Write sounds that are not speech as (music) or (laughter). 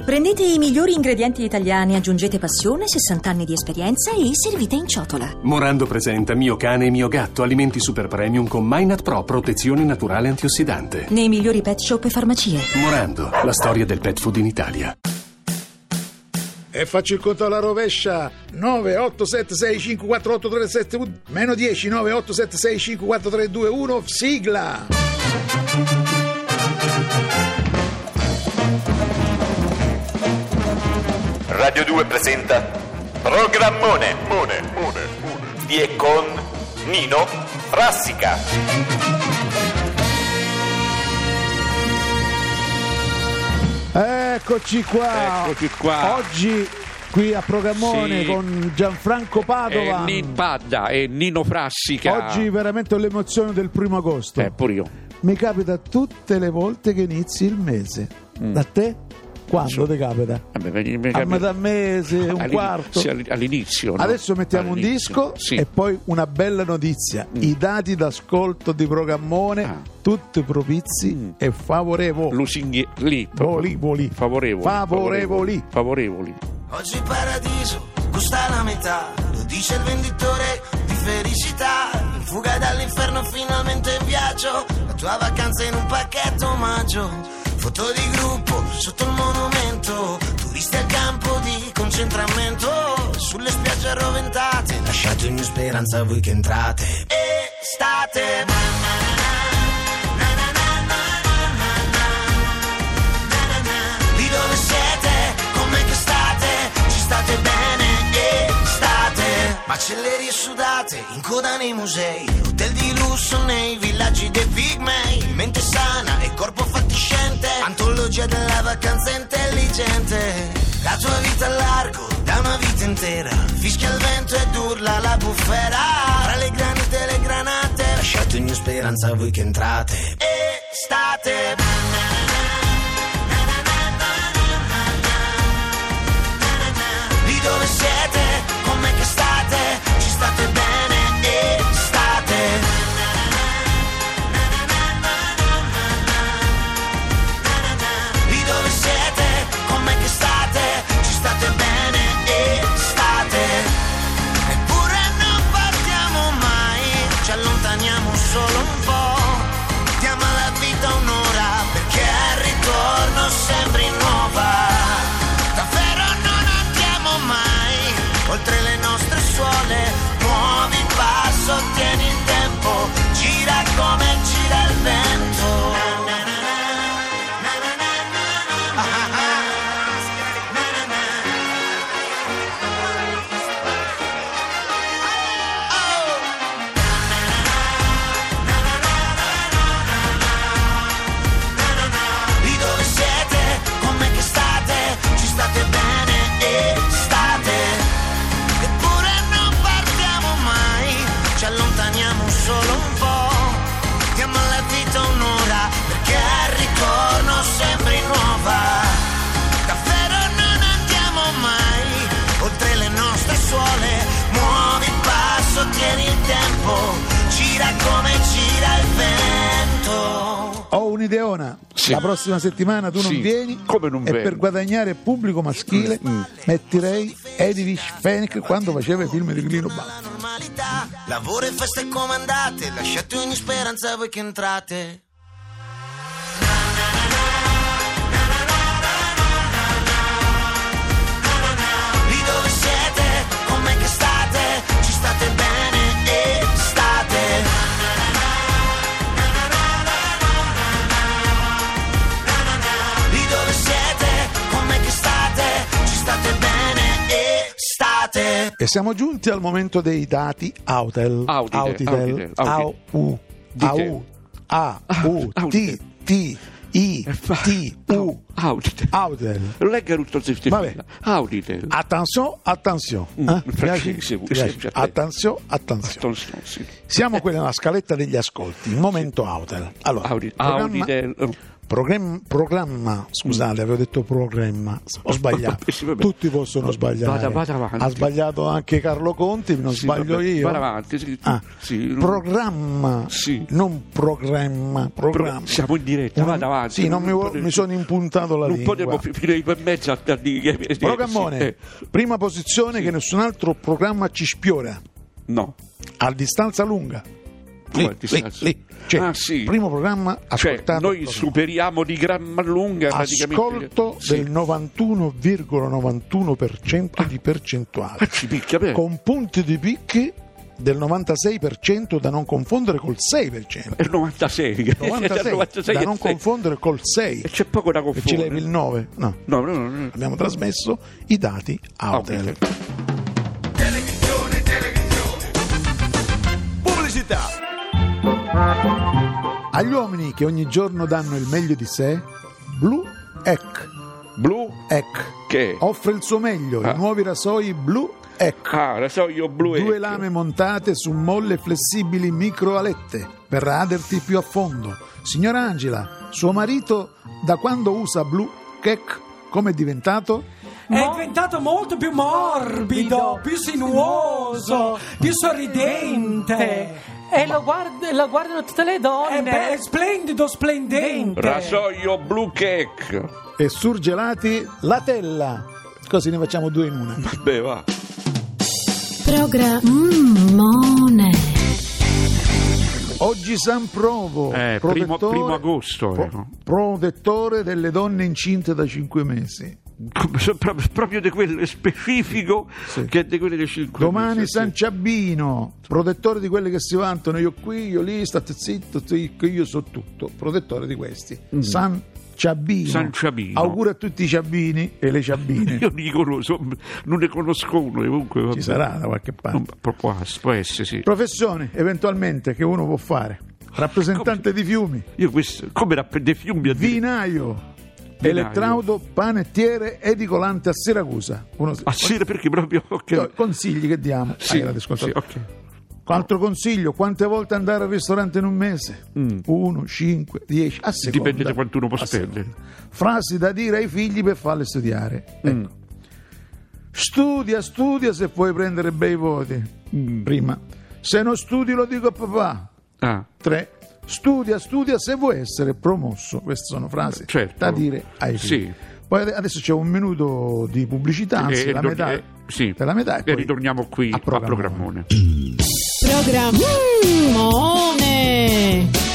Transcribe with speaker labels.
Speaker 1: Prendete i migliori ingredienti italiani, aggiungete passione, 60 anni di esperienza e servite in ciotola.
Speaker 2: Morando presenta Mio cane e mio gatto, alimenti super premium con Minat Pro, protezione naturale antiossidante.
Speaker 1: Nei migliori pet shop e farmacie.
Speaker 2: Morando, la storia del pet food in Italia.
Speaker 3: E faccio il conto alla rovescia 987654837 meno 10 987654321 sigla
Speaker 4: Radio 2 presenta Programmone Mone, mone, mone. di e con Nino Frassica.
Speaker 3: Eccoci qua
Speaker 5: Eccoci qua.
Speaker 3: Oggi qui a Programmone
Speaker 5: Sì.
Speaker 3: con Gianfranco
Speaker 5: E
Speaker 3: Padova
Speaker 5: Eh, Nin Padda e Nino Frassica.
Speaker 3: Oggi veramente ho l'emozione del primo agosto
Speaker 5: Eh, pure io.
Speaker 3: Mi capita tutte le volte che inizi il mese
Speaker 5: Mm.
Speaker 3: Da te? Quando ti capita?
Speaker 5: Vabbè, mi- mi-
Speaker 3: A metà mese, Ah, un
Speaker 5: all'in-
Speaker 3: quarto
Speaker 5: sì, all'in- all'inizio. no?
Speaker 3: Adesso mettiamo un
Speaker 5: All'inizio,
Speaker 3: disco
Speaker 5: sì. Mm.
Speaker 3: e poi una bella notizia. I dati d'ascolto di Programmone,
Speaker 5: Ah. Mm.
Speaker 3: tutti propizi e favorevoli.
Speaker 5: Lusinghi- lì,
Speaker 3: Voli, voli.
Speaker 5: Favorevoli.
Speaker 3: Favorevoli.
Speaker 5: Favorevoli.
Speaker 6: Oggi il paradiso costa la metà, lo dice il venditore di felicità. In fuga dall'inferno finalmente in viaggio, la tua vacanza in un pacchetto omaggio. Foto di gruppo sotto il monumento, turisti al campo di concentramento, sulle spiagge arroventate. Lasciate ogni speranza voi che entrate. Estate. Na, na, na, na, na, na. Di dove siete? Come che state? Ci state bene? E state? Macellerie sudate, in coda nei musei, hotel di lusso nei villaggi dei pigmei, mente sana e corpo fatiscente, antologia della vacanza intelligente. La tua vita al largo, da una vita intera, fischia il vento ed urla la bufera, tra le granate e le granate, lasciate ogni speranza voi che entrate. E state Di dove siete? Com'è che state? Ci state bene? E state? Di dove siete? Com'è che state? Ci state bene? E state? Eppure non partiamo mai, ci allontaniamo solo un po'. Diamo alla vita un'ora perché al ritorno sembri nuova. Davvero non andiamo mai oltre le nostre suole. Muovi il passo, tieni il tempo, gira come gira il vento. Na, na, na, na, na, na, na. Ah, ah, ah. Na, na, na. Oh. Di dove siete? Com'è che state? Ci state bene? E state? Eppure non partiamo mai, ci allontaniamo solo un po'. Diamo alla vita un'ora, perché al ritorno sembri nuova. Davvero non andiamo mai, oltre le nostre suole. Muovi il passo, tieni il tempo, gira come gira il vento.
Speaker 3: Ho un'ideona.
Speaker 5: Sì.
Speaker 3: La prossima settimana tu non
Speaker 5: Sì.
Speaker 3: vieni.
Speaker 5: Come non
Speaker 3: e
Speaker 5: vengo? Mm.
Speaker 3: per guadagnare pubblico maschile metterei Edwidge Fenech quando faceva i film di Clino Balla.
Speaker 6: la normalità. Lavoro e feste comandate, lasciate ogni speranza voi che entrate. Di dove siete? Com'è che state? Ci state bene e state? Di dove siete? Com'è che state? Ci state bene e state?
Speaker 3: E siamo giunti al momento dei dati Autel.
Speaker 5: Audite,
Speaker 3: Autitel.
Speaker 5: Audite,
Speaker 3: Au.
Speaker 5: Audite.
Speaker 3: U. A. U. A.
Speaker 5: Dite. (laughs)
Speaker 3: U. T.
Speaker 5: Audite.
Speaker 3: T. I. T. U.
Speaker 5: Audite.
Speaker 3: Autel.
Speaker 5: Legga tutto il sistema.
Speaker 3: Vabbè. Ah.
Speaker 5: Audite.
Speaker 3: Attenzione, attenzione.
Speaker 5: Mm,
Speaker 3: Eh?
Speaker 5: mi
Speaker 3: Piace?
Speaker 5: piace,
Speaker 3: Piace.
Speaker 5: piace a te.
Speaker 3: Attenzione, attenzione.
Speaker 5: Attenzione, sì.
Speaker 3: Siamo qui nella scaletta degli ascolti, momento Autel. Allora,
Speaker 5: Audite.
Speaker 3: programma-
Speaker 5: Audite.
Speaker 3: Program- programma, scusate, avevo detto programma, ho sbagliato.
Speaker 5: Sì, Mm. Oh, vabbè.
Speaker 3: Tutti possono sbagliare.
Speaker 5: Vada- vada avanti.
Speaker 3: Ha sbagliato anche Carlo Conti, non
Speaker 5: Sì,
Speaker 3: sbaglio
Speaker 5: vabbè,
Speaker 3: io.
Speaker 5: vada avanti, sì.
Speaker 3: Ah,
Speaker 5: Sì, non-
Speaker 3: Programma,
Speaker 5: Sì.
Speaker 3: non programma, programma.
Speaker 5: Siamo in diretta,
Speaker 3: Non-
Speaker 5: vada avanti.
Speaker 3: Sì, non mi,
Speaker 5: potremmo-
Speaker 3: mi sono impuntato la
Speaker 5: Non
Speaker 3: lingua.
Speaker 5: potremmo fi- finire in mezzo a tardi.
Speaker 3: Programmone, prima posizione che nessun altro programma ci spiora,
Speaker 5: Eh, No.
Speaker 3: a distanza lunga. Lì,
Speaker 5: Come a distanza?
Speaker 3: lì, lì. Cioè,
Speaker 5: Ah, sì.
Speaker 3: primo programma
Speaker 5: Cioè,
Speaker 3: ascoltato.
Speaker 5: noi superiamo di gran lunga praticamente.
Speaker 3: ascolto
Speaker 5: Sì.
Speaker 3: del 91,91% di
Speaker 5: Ah,
Speaker 3: percentuale,
Speaker 5: ci picchia bene.
Speaker 3: con punti di picchi del 96% da non confondere col 6%.
Speaker 5: È il 96.
Speaker 3: (laughs)
Speaker 5: (laughs) cioè, È il
Speaker 3: 96, da non confondere col 6
Speaker 5: E c'è poco da
Speaker 3: e ci levi il
Speaker 5: confondere.
Speaker 3: 9 no
Speaker 5: No, no, no, no.
Speaker 3: abbiamo trasmesso i dati Autel
Speaker 5: Autel.
Speaker 6: Pubblicità.
Speaker 3: agli uomini che ogni giorno danno il meglio di sé Blue Ec
Speaker 5: Blu
Speaker 3: Ec
Speaker 5: che?
Speaker 3: offre il suo meglio
Speaker 5: Ah.
Speaker 3: i nuovi rasoi Blue Ec
Speaker 5: Ah, la so io blu e
Speaker 3: due lame montate su molle flessibili microalette per raderti più a fondo signora Angela suo marito da quando usa Blue Ec come è diventato?
Speaker 7: È diventato molto più morbido, più sinuoso, più sorridente.
Speaker 8: E lo, guard- lo guardano tutte le donne.
Speaker 7: È, be- è splendido, splendente.
Speaker 5: Rasoio blu cake.
Speaker 3: e surgelati la tella. Così ne facciamo due in una.
Speaker 5: Vabbè, va.
Speaker 9: Programmone.
Speaker 3: Oggi San Provo,
Speaker 5: Eh, primo- primo agosto, eh.
Speaker 3: protettore delle donne incinte da 5 mesi.
Speaker 5: Come so- pro- Proprio di quel specifico che è di quelle dei 5
Speaker 3: Domani San Ciabino, protettore di quelli che si vantano io qui, io lì, state zitto, zitto, che io so tutto, protettore di questi. San Ciabino.
Speaker 5: Mm. San Ciabino.
Speaker 3: Auguri a tutti i ciabini e le ciabine.
Speaker 5: (laughs) Io li conosco, non ne conosco uno, comunque. vabbè.
Speaker 3: Ci sarà da qualche
Speaker 5: Non-
Speaker 3: parte.
Speaker 5: può- può può essere, sì.
Speaker 3: Professione, eventualmente, che uno può fare. Rappresentante di fiumi.
Speaker 5: Io questo, come da dei fiumi a dire,
Speaker 3: Vinaio, elettraudo, panettiere, edicolante a Siracusa. Uno-
Speaker 5: a sera perché proprio... ok.
Speaker 3: Io- Consigli che diamo.
Speaker 5: Ah, Sì,
Speaker 3: Ah, era discoltato.
Speaker 5: sì, ok.
Speaker 3: Altro consiglio, quante volte andare al ristorante in un mese? 1, 5, 10, a seconda.
Speaker 5: Mm. Dipende da quanto uno può
Speaker 3: A
Speaker 5: spendere. Mm.
Speaker 3: seconda. Frasi da dire ai figli per farle studiare. Ecco. Studia, studia se puoi prendere bei voti.
Speaker 5: Mm.
Speaker 3: Prima. Se non studi lo dico a papà.
Speaker 5: Ah,
Speaker 3: 3. Studia, studia se vuoi essere promosso. Queste sono frasi
Speaker 5: Certo.
Speaker 3: da dire ai
Speaker 5: Sì.
Speaker 3: figli. Poi ade- adesso c'è un minuto di pubblicità, anzi
Speaker 5: e
Speaker 3: la,
Speaker 5: ritorn-
Speaker 3: metà,
Speaker 5: eh, sì.
Speaker 3: della metà
Speaker 5: E
Speaker 3: poi
Speaker 5: ritorniamo qui a
Speaker 3: programmone.
Speaker 5: programmone.
Speaker 9: Programmone.